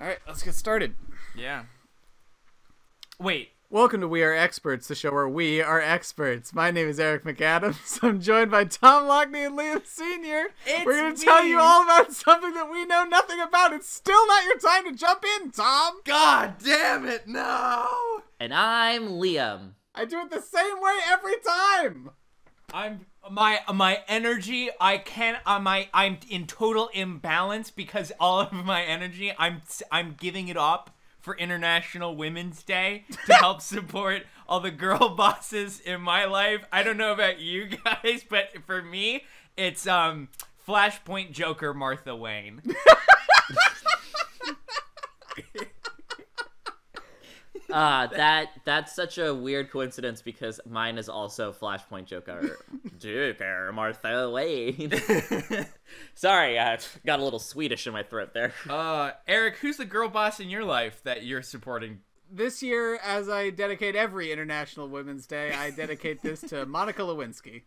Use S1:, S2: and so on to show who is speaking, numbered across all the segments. S1: All right, let's get started.
S2: Yeah. Wait.
S1: Welcome to We Are Experts, the show where we are experts. My name is Eric McAdams. I'm joined by Tom Lockney and Liam Sr.
S2: It's
S1: We're going
S2: me.
S1: to tell you all about something that we know nothing about. It's still not your time to jump in, Tom.
S3: God damn it, no!
S4: And I'm Liam.
S1: I do it the same way every time.
S2: I'm my my energy. I can. Uh, my I'm in total imbalance because all of my energy. I'm I'm giving it up for International Women's Day to help support all the girl bosses in my life. I don't know about you guys, but for me, it's um Flashpoint Joker Martha Wayne.
S4: Uh, that that's such a weird coincidence because mine is also Flashpoint Joker, Joker Martha Wayne. Sorry, I got a little Swedish in my throat there.
S2: Uh, Eric, who's the girl boss in your life that you're supporting?
S1: This year, as I dedicate every International Women's Day, I dedicate this to Monica Lewinsky.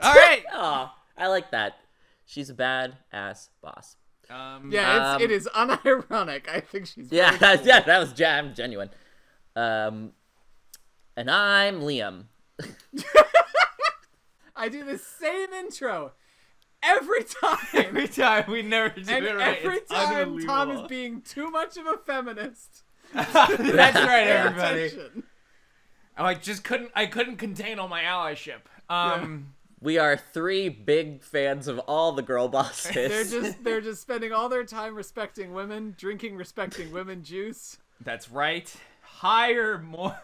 S2: All right.
S4: Oh, I like that. She's a bad ass boss.
S2: Um,
S1: Yeah, it's,
S4: Um,
S1: it is unironic. I think she's
S4: Yeah,
S1: very
S4: that,
S1: cool.
S4: yeah, that was jam genuine. Um, and I'm Liam.
S1: I do the same intro every time.
S2: Every time we never do
S1: And
S2: it right.
S1: every
S2: It's
S1: time Tom is
S2: unbelievable.
S1: being too much of a feminist.
S2: That's right,
S1: Pay
S2: everybody.
S1: attention.
S2: Oh, I just couldn't. I couldn't contain all my allyship. Um,
S4: We are three big fans of all the girl bosses.
S1: They're just they're just spending all their time respecting women, drinking respecting women juice.
S2: that's right. Hire more.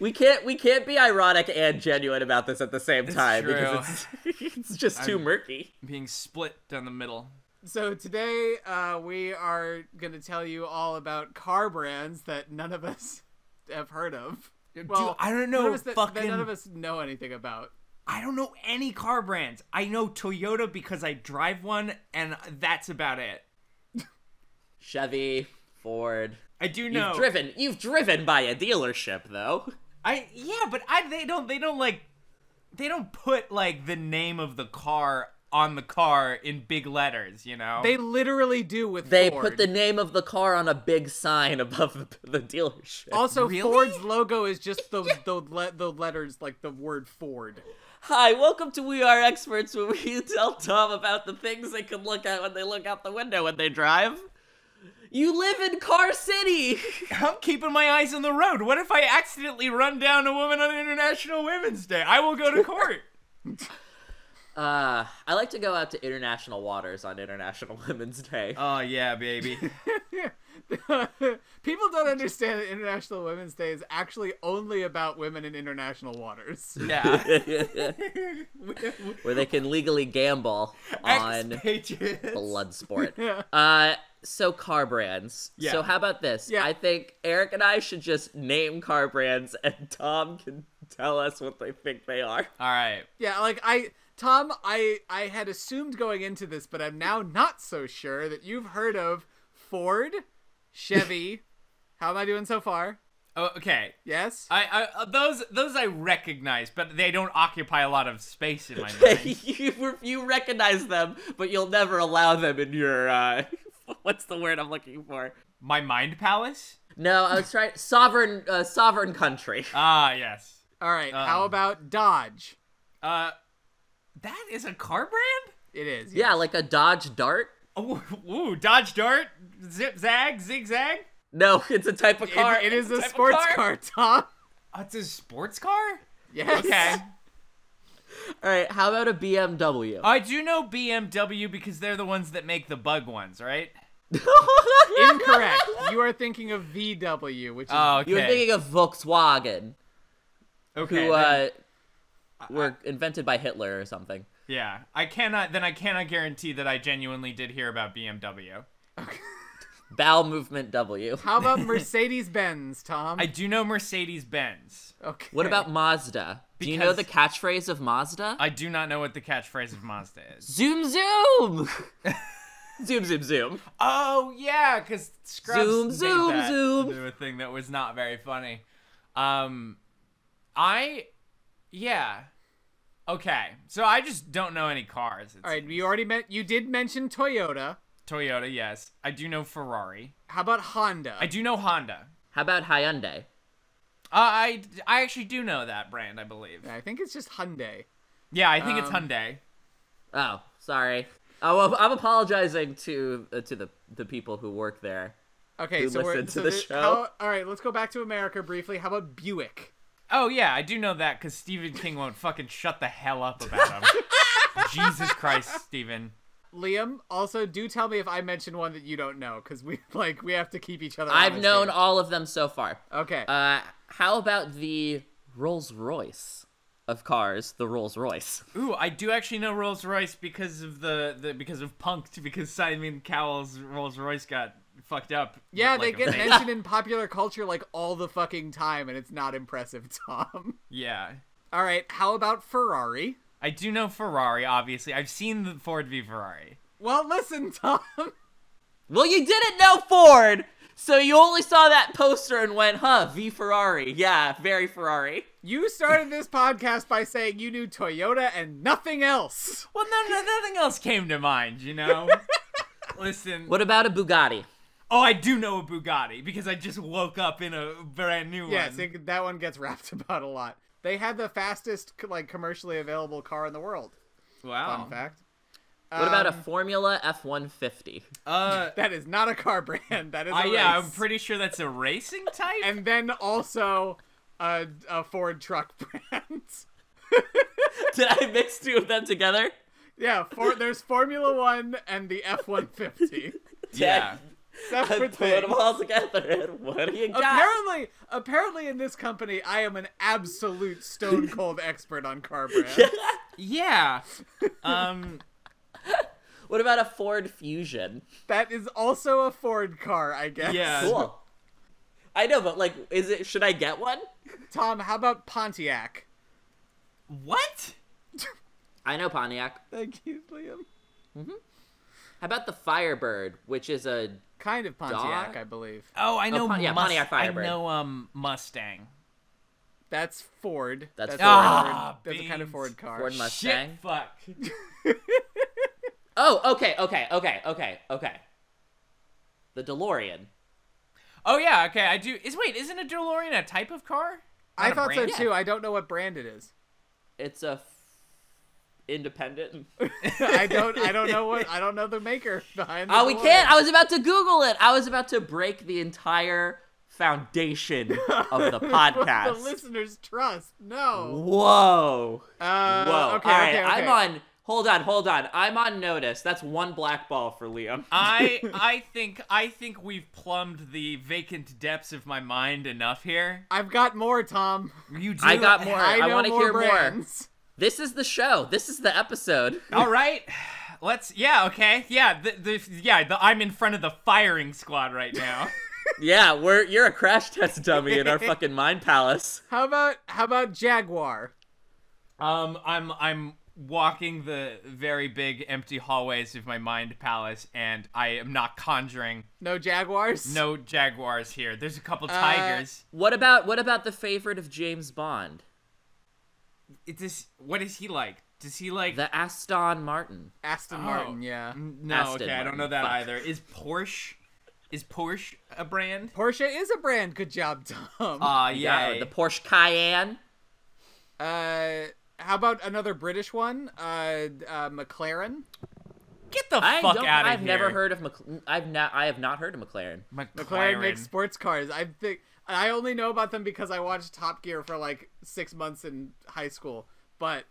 S4: We can't we can't be ironic and genuine about this at the same time
S2: true.
S4: because it's, it's just too murky.
S2: Being split down the middle.
S1: So today uh, we are gonna tell you all about car brands that none of us have heard of. Well,
S2: I don't
S1: none
S2: know
S1: of us that, that
S2: fucking-
S1: none of us know anything about.
S2: I don't know any car brands. I know Toyota because I drive one, and that's about it.
S4: Chevy, Ford.
S2: I do
S4: You've
S2: know.
S4: driven you've driven by a dealership though.
S2: I yeah, but I they don't they don't like they don't put like the name of the car on the car in big letters. You know.
S1: They literally do with
S4: They
S1: Ford.
S4: put the name of the car on a big sign above the, the dealership.
S1: also
S2: Really?
S1: Ford's logo is just the the le- the letters like the word Ford.
S4: Hi, welcome to We Are Experts where we tell Tom about the things they can look at when they look out the window when they drive. You live in Car City.
S2: I'm keeping my eyes on the road. What if I accidentally run down a woman on International Women's Day? I will go to court.
S4: Uh, I like to go out to international waters on International Women's Day.
S2: oh yeah, baby.
S1: People don't understand that International Women's Day is actually only about women in international waters.
S2: Yeah.
S4: where they can legally gamble on
S2: Expatriates.
S4: blood sport.
S1: Yeah.
S4: Uh, so car brands.
S2: Yeah.
S4: So how about this?
S1: Yeah.
S4: I think Eric and I should just name car brands, and Tom can tell us what they think they are.
S2: All right.
S1: Yeah, like I Tom, I I had assumed going into this, but I'm now not so sure that you've heard of Ford, Chevy. How am I doing so far?
S2: Oh, okay.
S1: Yes?
S2: I, I those those I recognize, but they don't occupy a lot of space in my mind.
S4: you you recognize them, but you'll never allow them in your. Uh, what's the word I'm looking for?
S2: my mind palace.
S4: No, I was trying sovereign uh, sovereign country.
S1: Uh,
S2: Ah, yes.
S1: All right. how
S2: um,
S1: about Dodge?
S2: Uh, that is a car brand.
S1: It is.
S4: Yeah, like a Dodge Dart.
S2: Oh, ooh, Dodge Dart, zip zag, zigzag.
S4: No, it's a type of
S1: It-
S4: car.
S1: it is a
S2: type of
S1: sports
S2: car?
S1: car, Tom.
S2: Oh, it's a sports car.
S1: Yes.
S2: Okay.
S4: All right, how about a BMW?
S1: Uh,
S2: I do know BMW because they're the ones that make the bug ones, right?
S1: Incorrect. You are thinking of VW, which is
S2: Oh, okay.
S4: You were thinking of Volkswagen,
S2: okay,
S4: who
S2: then-
S4: uh, were invented by Hitler or something.
S2: yeah, I cannot. Then I cannot guarantee that I genuinely did hear about BMW.
S4: Bowel movement W.
S1: How about Mercedes Benz, Tom?
S2: I do know Mercedes Benz.
S1: Okay.
S4: What about Mazda? Do you know
S2: Because-
S4: the catchphrase of Mazda?
S2: I do not know what the catchphrase of Mazda is.
S4: Zoom, zoom, zoom, zoom, zoom.
S2: Oh yeah, because Scrubs
S4: Zoom,
S2: made
S4: zoom,
S2: that
S4: zoom.
S2: into a thing that was not very funny. Um, I, yeah, okay. So I just don't know any cars. It's,
S1: All right, you already met. You did mention Toyota.
S2: Toyota, yes. I do know Ferrari.
S1: How about Honda?
S2: I do know Honda.
S4: How about Hyundai?
S2: Uh, I, I actually do know that brand, I believe.
S1: I think it's just Hyundai.
S2: Yeah, I think it's
S1: Um,
S2: Hyundai.
S4: Oh, sorry. Oh, well, I'm apologizing to uh, to the the people who work there.
S1: Okay,
S4: who
S1: so we're
S4: listened to
S1: so
S4: the
S1: there-
S4: show.
S1: how- all right, let's go back to America briefly. How about Buick?
S2: Oh, yeah, I do know that because Stephen King won't fucking shut the hell up about him. Jesus Christ, Stephen.
S1: Liam, also do tell me if I mention one that you don't know, because we like we have to keep each other.
S4: I've
S1: honest
S4: known
S1: here.
S4: all of them so far.
S1: Okay,
S4: Uh, how about the Rolls Royce of cars? The Rolls Royce.
S2: Ooh, I do actually know Rolls Royce because of the, the because of Punked because Simon Cowell's Rolls Royce got fucked up.
S1: yeah,
S2: Like a
S1: they get
S2: thing.
S1: mentioned in popular culture like all the fucking time, and it's not impressive, Tom.
S2: yeah.
S1: All right, how about Ferrari?
S2: I do know Ferrari, obviously. I've seen the Ford v Ferrari.
S1: Well, listen, Tom.
S4: Well, you didn't know Ford, so you only saw that poster and went, "Huh, V Ferrari." Yeah, very Ferrari.
S1: You started this podcast by saying you knew Toyota and nothing else.
S2: Well, no, no, nothing else came to mind, you know? Listen.
S4: What about a Bugatti?
S2: Oh, I do know a Bugatti because I just woke up in a brand new
S1: Yes,
S2: one.
S1: it, that one gets rapped about a lot. They had the fastest like commercially available car in the world.
S2: wow.
S1: Fun fact.
S4: What about a
S1: Um,
S4: Formula F150?
S2: Uh,
S1: That is not a car brand. That is a
S2: I- Uh, yeah, I'm
S1: race.
S2: pretty sure that's a racing type.
S1: and then also a, a Ford truck brand.
S4: Did I mix two of them together?
S1: yeah, for, there's Formula One and the F one fifty.
S2: yeah.
S4: I
S1: Separate
S4: put them
S1: things.
S4: all together. and What do you got?
S1: Apparently, apparently in this company, I am an absolute stone cold expert on car brands.
S2: Yeah. Um,
S4: What about a Ford Fusion?
S1: That is also a Ford car, I guess.
S2: Yeah.
S4: Cool. I know, but like, is it? Should I get one?
S1: Tom, how about Pontiac?
S2: what?
S4: I know Pontiac.
S1: Thank you, Liam.
S4: How about the Firebird, which is a
S1: Kind of Pontiac,
S4: Dog?
S1: I believe.
S2: Oh, I know.
S4: Pon- yeah,
S2: Mus-
S4: Pontiac Firebird.
S2: I know um Mustang.
S1: That's Ford.
S4: That's
S1: a
S4: Ford.
S2: Ah,
S1: That's a kind of
S2: beans.
S1: Ford car.
S4: Ford Mustang?
S2: Shit, fuck.
S4: Oh, okay, okay, okay, okay, okay. The DeLorean.
S2: Oh yeah, okay. I do. Is wait, isn't a DeLorean a type of car?
S1: I
S2: Not a
S1: thought so
S2: brand?
S1: too. I don't know what brand it is.
S4: It's a f- independent.
S1: I don't. I don't know what. I don't know the maker behind. the
S4: Oh, we
S1: DeLorean.
S4: can't. I was about to Google it. I was about to break the entire foundation of the
S1: The
S4: podcast.
S1: listeners trust. No.
S4: Whoa.
S1: Uh, Okay,
S4: Whoa. All
S1: okay,
S4: right,
S1: okay.
S4: I'm on. Hold on, hold on. I'm on notice. That's one black ball for Liam.
S2: I I think I think we've plumbed the vacant depths of my mind enough here.
S1: I've got more, Tom.
S2: You do.
S4: I got more.
S1: I,
S4: I,
S1: know
S4: want to
S1: more
S4: hear more.
S1: brands.
S4: This is the show. This is the episode.
S1: Oh.
S2: All right. Let's. Yeah. Okay. Yeah. The, the, yeah. The, I'm in front of the firing squad right now.
S4: yeah, we're you're a crash test dummy in our fucking mind palace.
S1: How about how about Jaguar?
S2: um. I'm. I'm walking the very big empty hallways of my mind palace, and I am not conjuring
S1: No Jaguars.
S2: no jaguars here. There's a couple
S4: Uh,
S2: tigers.
S4: What about what about the favorite of James Bond?
S2: It is. What is he like? Does he like?
S4: The Aston Martin.
S1: Aston
S2: Oh.
S1: Martin. Yeah.
S2: no.
S4: Aston
S2: okay. I don't
S4: Martin,
S2: know that
S4: fuck.
S2: either. Is Porsche? Is Porsche a brand?
S1: Porsche is a brand. Good job, Tom.
S2: Ah,
S4: Yeah,
S2: yeah.
S4: the Porsche Cayenne.
S1: Uh, how about another British one? Uh, uh McLaren.
S2: Get the
S4: I
S2: fuck
S4: don't,
S2: out of
S4: I've
S2: here.
S4: never heard of McLaren. I've not. I have not heard of McLaren.
S1: McLaren
S2: McLaren.
S1: makes sports cars. I think I only know about them because I watched Top Gear for like six months in high school. But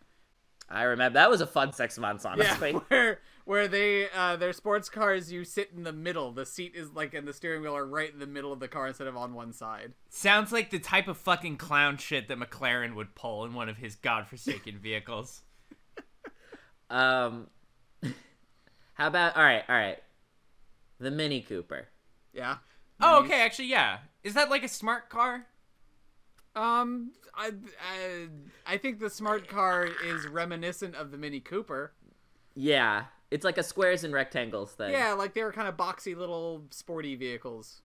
S4: I remember that was a fun six months,
S1: yeah,
S4: honestly.
S1: where where they uh, their sports cars, you sit in the middle. The seat is like and the steering wheel are right in the middle of the car instead of on one side.
S2: Sounds like the type of fucking clown shit that McLaren would pull in one of his godforsaken vehicles.
S4: Um, how about all right, all right, the Mini Cooper.
S1: Yeah.
S2: oh, okay, actually, yeah. Is that like a smart car?
S1: Um, I, I I think the smart car is reminiscent of the Mini Cooper.
S4: Yeah, it's like a squares and rectangles thing.
S1: Yeah, like they were kind of boxy little sporty vehicles.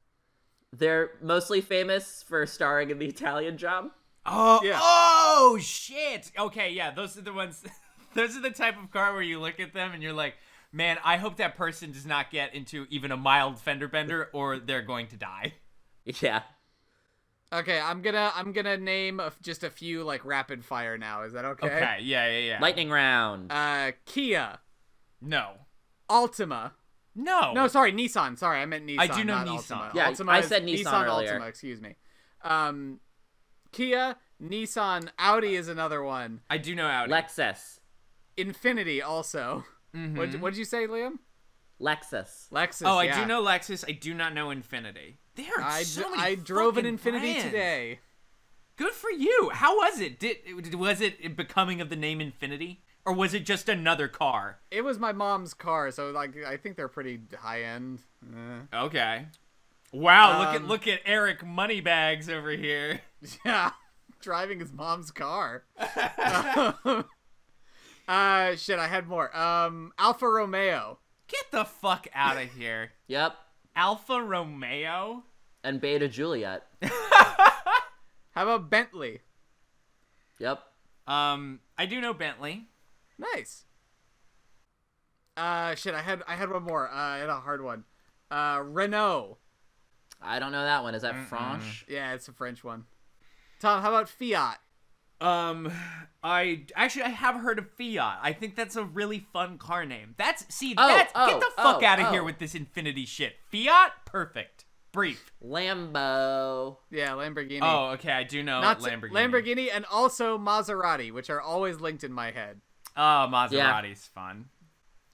S4: they're mostly famous for starring in the Italian Job.
S2: Oh,
S1: Yeah.
S2: oh shit. Okay, yeah, those are the ones. those are the type of car where you look at them and you're like, man, I hope that person does not get into even a mild fender bender or they're going to die.
S4: Yeah.
S1: Okay, I'm gonna I'm gonna name a, just a few like rapid fire now. Is that okay?
S2: Okay, yeah, yeah, yeah.
S4: Lightning round.
S1: Uh, Kia,
S2: no.
S1: Altima.
S2: No.
S1: No, sorry, Nissan. Sorry, I meant Nissan.
S2: do know
S1: not
S2: Nissan.
S1: Altima.
S4: Yeah,
S1: Altima
S4: I
S1: is
S4: said Nissan earlier.
S1: Altima, excuse me. Um, Kia, Nissan, Audi is another one.
S2: I do know Audi.
S4: Lexus.
S1: Infinity also. What what did you say, Liam?
S4: Lexus.
S1: Lexus.
S2: Mm-hmm. oh, I
S1: yeah.
S2: do know Lexus. I do not know Infinity. There are
S1: I,
S2: so
S1: d-
S2: many
S1: I drove an
S2: fucking
S1: Infinity
S2: brands.
S1: today.
S2: Good for you. How was it? Did, did was it becoming of the name Infinity, or was it just another car?
S1: It was my mom's car, so like I think they're pretty high end.
S2: Okay. Wow. look at
S1: Um,
S2: look at Eric Moneybags over here.
S1: Yeah, driving his mom's car. uh, shit, I had more. Um, Alfa Romeo.
S2: Get the fuck out of here,
S4: Yep.
S2: Alfa Romeo.
S4: And Beta Juliet.
S1: How about Bentley?
S4: Yep.
S2: Um, I do know Bentley.
S1: Nice. Uh, shit, I had I had one more. Uh, I had a hard one. Uh, Renault.
S4: I don't know that one. Is that French?
S1: Yeah, it's a French one. Tom, how about Fiat?
S2: Um, I actually I have heard of Fiat. I think that's a really fun car name. That's see
S4: Oh,
S2: that's
S4: oh,
S2: get the fuck
S4: oh,
S2: out of here
S4: oh.
S2: with this Infinity shit. Fiat, perfect, brief.
S4: Lambo.
S1: Yeah, Lamborghini.
S2: Oh, okay, I do know
S1: Not
S2: Lamborghini.
S1: Lamborghini and also Maserati, which are always linked in my head.
S2: Oh, Maserati's fun.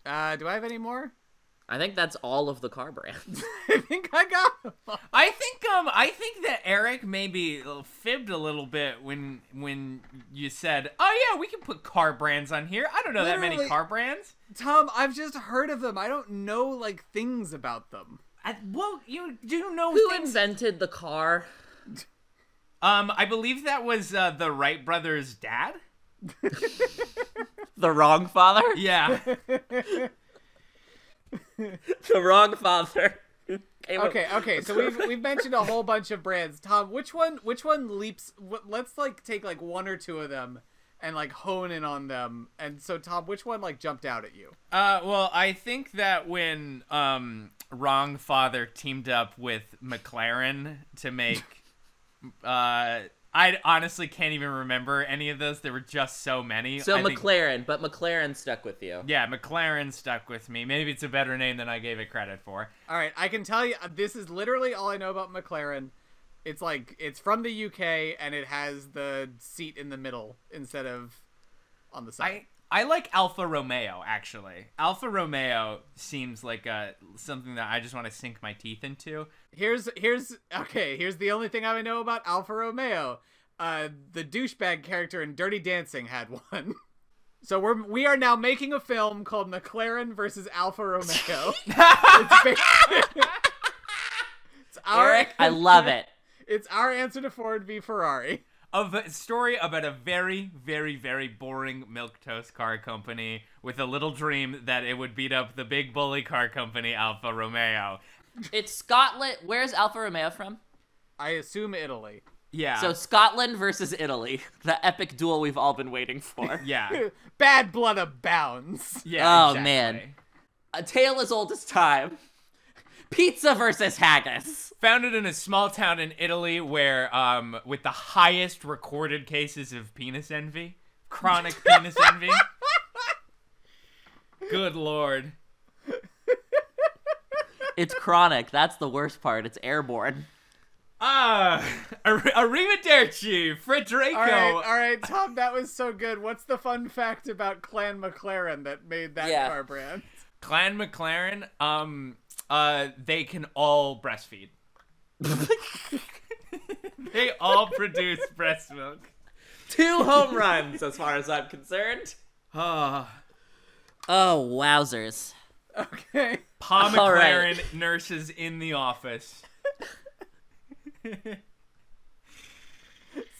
S1: Uh, do I have any more?
S4: I think that's all of the car brands.
S1: I think I got them. all.
S2: I think um I think that Eric maybe fibbed a little bit when when you said, "Oh yeah, we can put car brands on here." I don't know that many
S1: Literally-
S2: car brands.
S1: Tom, I've just heard of them. I don't know like things about them.
S2: I, well, you do know
S4: Who
S2: things.
S4: invented the car?
S2: Um, I believe that was uh, the Wright brothers' dad.
S4: The wrong father?
S2: Yeah.
S4: The wrong father. Came up-
S1: Okay, okay. So we've we've mentioned a whole bunch of brands. Tom, which one which one leaps? What, let's like take like one or two of them and like hone in on them. And so, Tom, which one like jumped out at you?
S2: Uh, well, I think that when um, Wrong Father teamed up with McLaren to make, uh, I honestly can't even remember any of those. There were just so many.
S4: So
S2: I think-
S4: McLaren, but McLaren stuck with you.
S2: yeah, McLaren stuck with me. Maybe it's a better name than I gave it credit for.
S1: All right, I can tell you uh, this is literally all I know about McLaren. It's like it's from the UK and it has the seat in the middle instead of on the side.
S2: I I like Alfa Romeo actually. Alfa Romeo seems like uh something that I just want to sink my teeth into.
S1: Here's here's okay. Here's the only thing I know about Alfa Romeo. Uh, the douchebag character in Dirty Dancing had one. So we're we are now making a film called McLaren versus Alfa Romeo. it's, ba- It's our
S4: Eric, I love it.
S1: it's our answer to Ford v Ferrari.
S2: of a story about a very, very, very boring milk toast car company with a little dream that it would beat up the big bully car company Alfa Romeo.
S4: It's Scotland. Where's Alfa Romeo from?
S1: I assume Italy.
S2: Yeah.
S4: So Scotland versus Italy, the epic duel we've all been waiting for.
S2: yeah.
S1: Bad blood abounds.
S2: Yeah.
S4: Oh,
S2: exactly.
S4: man. A tale as old as time. Pizza versus haggis.
S2: Founded in a small town in Italy where um with the highest recorded cases of penis envy, chronic penis envy. Good lord.
S4: It's chronic. That's the worst part. It's airborne.
S2: Ah, ar- arrivederci, Federico.
S1: All right, all right, Tom, that was so good. What's the fun fact about Clan McLaren that made that
S4: Yeah.
S1: car brand?
S2: Clan McLaren, um, uh, they can all breastfeed. they all produce breast milk.
S4: Two home runs, as far as I'm concerned.
S2: Ah,
S4: Oh, wowzers.
S1: Okay.
S2: Pa
S4: All
S2: McLaren
S4: right.
S2: nurses in the office.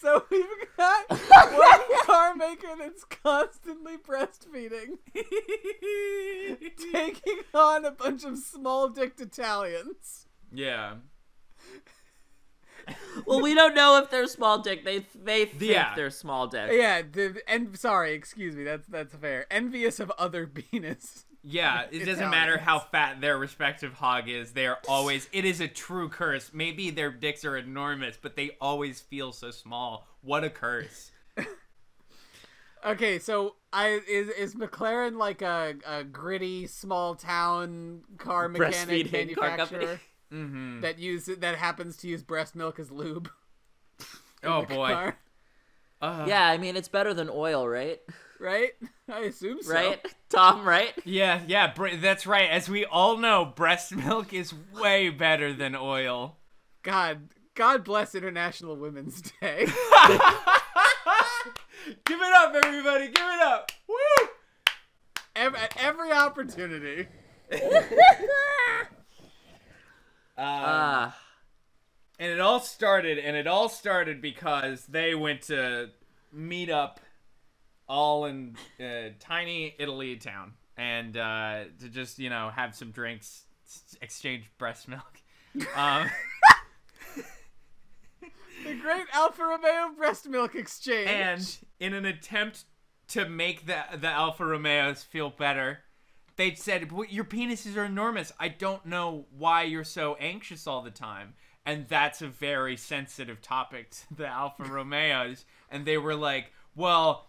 S1: So we've got one car maker that's constantly breastfeeding, taking on a bunch of small dicked Italians.
S2: yeah.
S4: Well, we don't know if they're small dick. They they think
S2: Yeah.
S4: they're small dick.
S1: Yeah, the, and sorry, excuse me, that's that's fair. Envious of other penis.
S2: Yeah, it doesn't matter how fat their respective hog is. They are always. It is a true curse. Maybe their dicks are enormous, but they always feel so small. What a curse!
S1: Okay, so I is is McLaren like a, a gritty small town car mechanic
S4: Breastfeeding car company.
S1: manufacturer
S4: Mm-hmm.
S1: that use that happens to use breast milk as lube?
S2: Oh boy.
S1: Car,
S2: Uh,
S4: Yeah, I mean it's better than oil, right?
S1: right? I assume so.
S4: Right, Tom? Right?
S2: Yeah, yeah, bre- that's right. As we all know, breast milk is way better than oil.
S1: God, God bless International Women's Day.
S2: Give it up, everybody! Give it up! Woo!
S1: every, at every opportunity.
S2: Um,
S4: Ah,
S2: And it all started, and it all started because they went to meet up all in uh, tiny Italy town and uh, to just, you know, have some drinks, s- exchange breast milk. Um,
S1: The Great Alfa Romeo Breast Milk Exchange.
S2: and in an attempt to make the, the Alfa Romeos feel better, they said, "Well, Your penises are enormous. I don't know why you're so anxious all the time. And that's a very sensitive topic to the Alfa Romeos. And they were like, Well,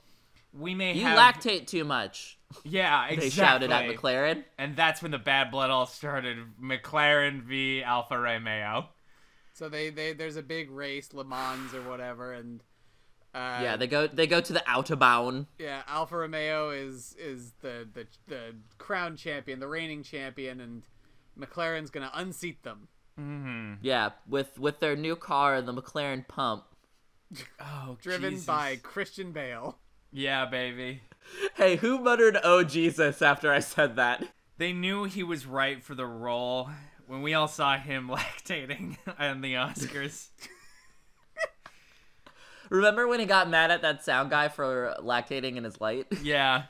S2: we may
S4: you
S2: have.
S4: lactate too much.
S2: Yeah,
S4: They
S2: exactly.
S4: shouted at McLaren.
S2: And that's when the bad blood all started. McLaren v Alfa Romeo.
S1: so they, they there's a big race, Le Mans or whatever, and uh,
S4: yeah, they go they go to the autobahn.
S1: yeah, Alfa Romeo is is the, the the crown champion, the reigning champion, and McLaren's gonna unseat them.
S2: Mm-hmm.
S4: Yeah, with with their new car, the McLaren Pump.
S2: Oh,
S1: Driven
S2: Jesus.
S1: by Christian Bale.
S2: Yeah, baby.
S4: Hey, who muttered "Oh Jesus" after I said that?
S2: They knew he was right for the role when we all saw him lactating on the Oscars.
S4: Remember when he got mad at that sound guy for lactating in his light?
S2: yeah.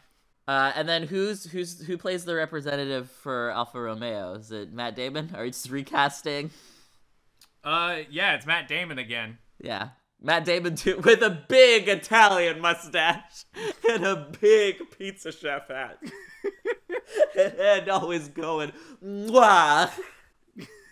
S4: Uh, and then who's who's who plays the representative for Alfa Romeo? Is it Matt Damon? Are you just recasting?
S2: Uh yeah, it's Matt Damon again.
S4: Yeah, Matt Damon too, with a big Italian mustache and a big pizza chef hat, and always going mwah.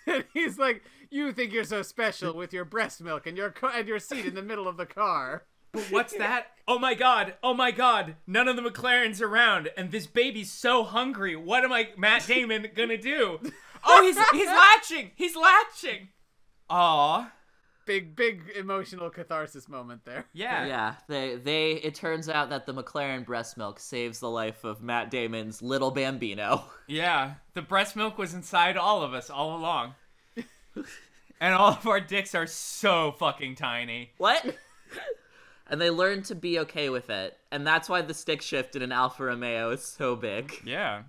S1: And he's like, "You think you're so special with your breast milk and your co- and your seat in the middle of the car."
S2: But what's that? Oh my god. Oh my god. None of the McLarens around and this baby's so hungry. What am I Matt Damon going to do? Oh, he's he's latching. He's latching. Aw.
S1: Big big emotional catharsis moment there.
S2: Yeah.
S4: Yeah, they they. It turns out that the McLaren breast milk saves the life of Matt Damon's little bambino.
S2: Yeah, the breast milk was inside all of us all along. and all of our dicks are so fucking tiny.
S4: What? and they learn to be okay with it, and that's why the stick shift in an Alfa Romeo is so big.
S2: Yeah.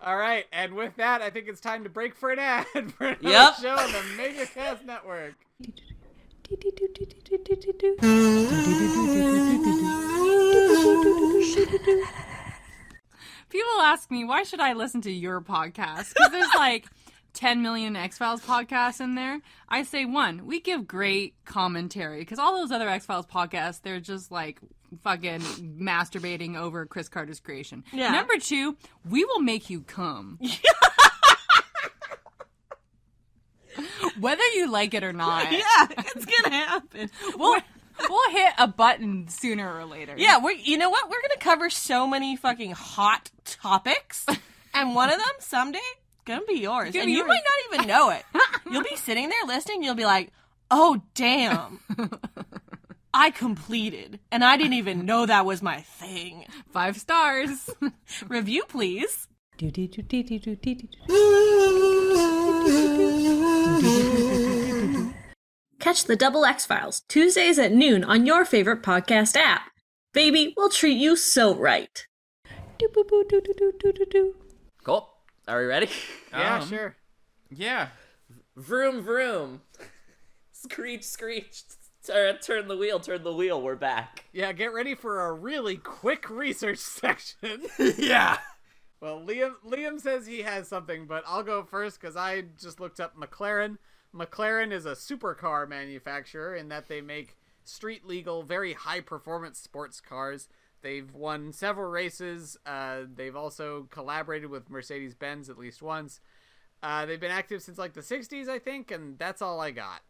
S1: All right, and with that, I think it's time to break for an ad for another
S4: Yep.
S1: show on the MegaCast Network.
S5: People ask me, why should I listen to your podcast? Because there's like 10 million X Files podcasts in there. I say, one, we give great commentary. Because all those other X Files podcasts, they're just like fucking masturbating over Chris Carter's creation.
S6: Yeah.
S5: Number two, we will make you come. Whether you like it or not,
S6: Yeah, it's gonna happen. Well,
S5: we'll, we'll hit a button sooner or later.
S6: yeah, we are you know what? We're gonna cover so many fucking hot topics, and one of them someday gonna be yours,
S5: Gonna
S6: and
S5: be
S6: you might not even know it. you'll be sitting there listening, you'll be like, "Oh damn." I completed, and I didn't even know that was my thing.
S5: Five stars.
S6: Review, please.
S7: Catch the Double X Files Tuesdays at noon on your favorite podcast app. Baby, we'll treat you so right.
S4: Cool. Are we ready?
S1: Yeah,
S2: Um,
S1: sure.
S2: Yeah.
S4: Vroom vroom. Screech screech. Turn, turn the wheel, turn the wheel. We're back.
S1: Yeah, get ready for a really quick research section.
S2: yeah.
S1: well, Liam Liam says he has something, but I'll go first cuz I just looked up McLaren. McLaren is a supercar manufacturer in that they make street legal, very high performance sports cars. They've won several races. Uh, they've also collaborated with Mercedes Benz at least once. Uh, they've been active since like the 60s, I think, and that's all I got.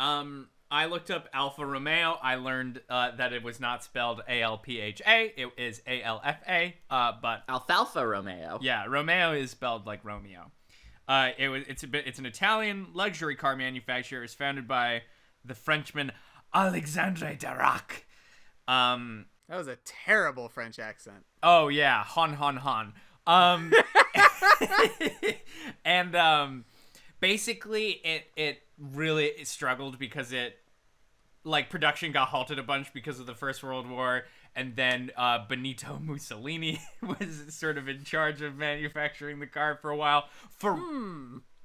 S2: Um, I looked up Alfa Romeo. I learned uh, that it was not spelled A L P H A. It is A L F A. Uh, but
S4: Alfalfa Romeo.
S2: yeah, Romeo is spelled like Romeo. Uh, it was it's a bit it's an Italian luxury car manufacturer. It was founded by the Frenchman Alexandre Dirac. Um,
S1: That was a terrible French accent.
S2: Oh yeah, hon hon hon. Um, and um, basically, it it really struggled because it like production got halted a bunch because of the First World War, and then uh, Benito Mussolini was sort of in charge of manufacturing the car for a while. For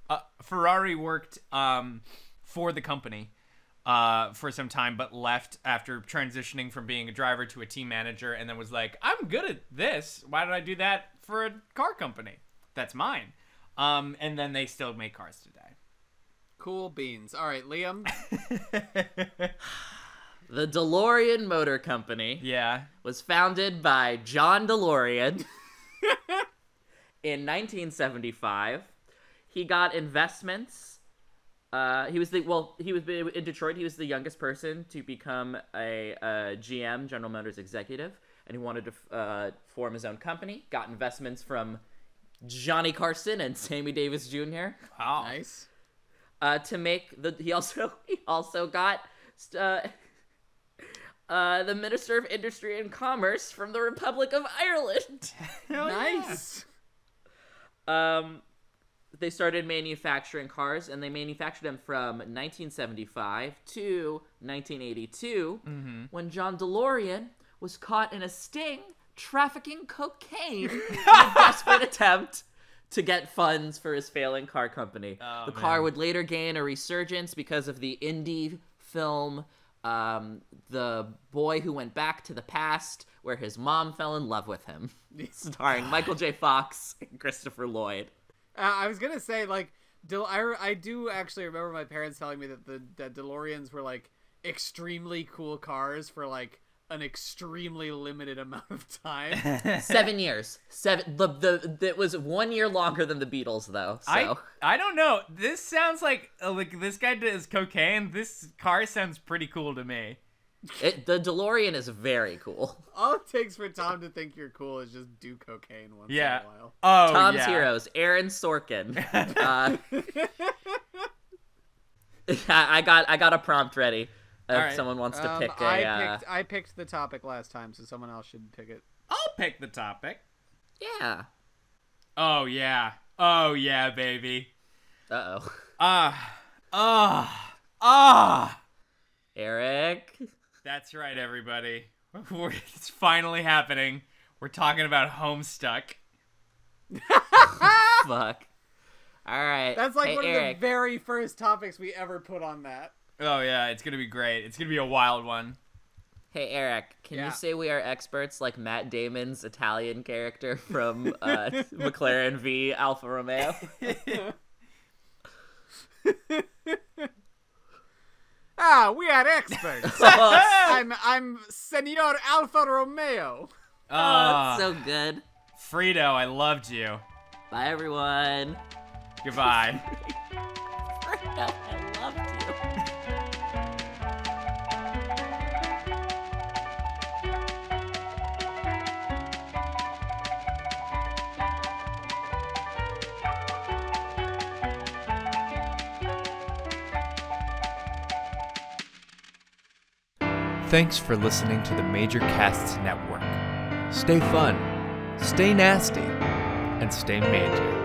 S2: uh, Ferrari worked um, for the company uh, for some time, but left after transitioning from being a driver to a team manager, and then was like, "I'm good at this. Why did I do that for a car company? That's mine." Um, and then they still make cars today.
S1: Cool beans. All right, Liam.
S4: The DeLorean Motor Company
S2: Yeah,
S4: was founded by John DeLorean in 1975. He got investments. Uh, he was the well. He was in Detroit. He was the youngest person to become a, uh GM, General Motors executive, and he wanted to uh, form his own company. Got investments from Johnny Carson and Sammy Davis Jr
S2: wow.
S1: nice.
S4: uh, to make the he also he also got uh, uh, the minister of industry and commerce from the republic of ireland
S1: Nice.
S4: um, they started manufacturing cars and they manufactured them from 1975 to 1982 when john delorean was caught in a sting trafficking cocaine in a desperate attempt to get funds for his failing car company the car would later gain a resurgence because of the indie film um, the boy who went back to the past where his mom fell in love with him starring michael j fox and christopher lloyd
S1: Uh, I was gonna say like Del- I, I do actually remember my parents telling me that the that DeLoreans were like extremely cool cars for like an extremely limited amount of time.
S4: seven years seven the, the it was one year longer than the beatles though so
S2: I, I don't know. This sounds like uh, like this guy does cocaine. This car sounds pretty cool to me.
S4: it, the delorean is very cool
S1: All it takes for Tom to think you're cool is just do cocaine once
S2: Yeah.
S1: in a while.
S2: Oh,
S4: Tom's
S2: yeah.
S4: Heroes, Aaron Sorkin. uh, I I got I got a prompt ready. If
S2: All right.
S4: someone wants to
S1: Um,
S4: pick a,
S1: I
S4: uh,
S1: picked I picked the topic last time, so someone else should pick it.
S2: I'll pick the topic.
S4: yeah.
S2: Oh yeah. Oh yeah, baby.
S4: Uh oh,
S2: Ah. Ah. Ah.
S4: Eric.
S2: That's right, everybody. We're- it's finally happening. We're talking about Homestuck.
S4: Fuck. All right.
S1: That's like
S4: Hey,
S1: one
S4: Eric.
S1: of the very first topics we ever put on that.
S2: Oh yeah, it's gonna be great. It's gonna be a wild one.
S4: Hey Eric, can
S1: Yeah.
S4: you say we are experts like Matt Damon's Italian character from uh, McLaren v Alfa Romeo?
S1: Ah, we are experts.
S4: oh,
S1: I'm I'm Senor Alfa Romeo.
S2: Ah,
S4: Oh, it's so good.
S2: Frito, I loved you.
S4: Bye everyone.
S2: Goodbye.
S4: I loved you.
S8: Thanks for listening to the Major Casts Network. Stay fun, stay nasty, and stay major.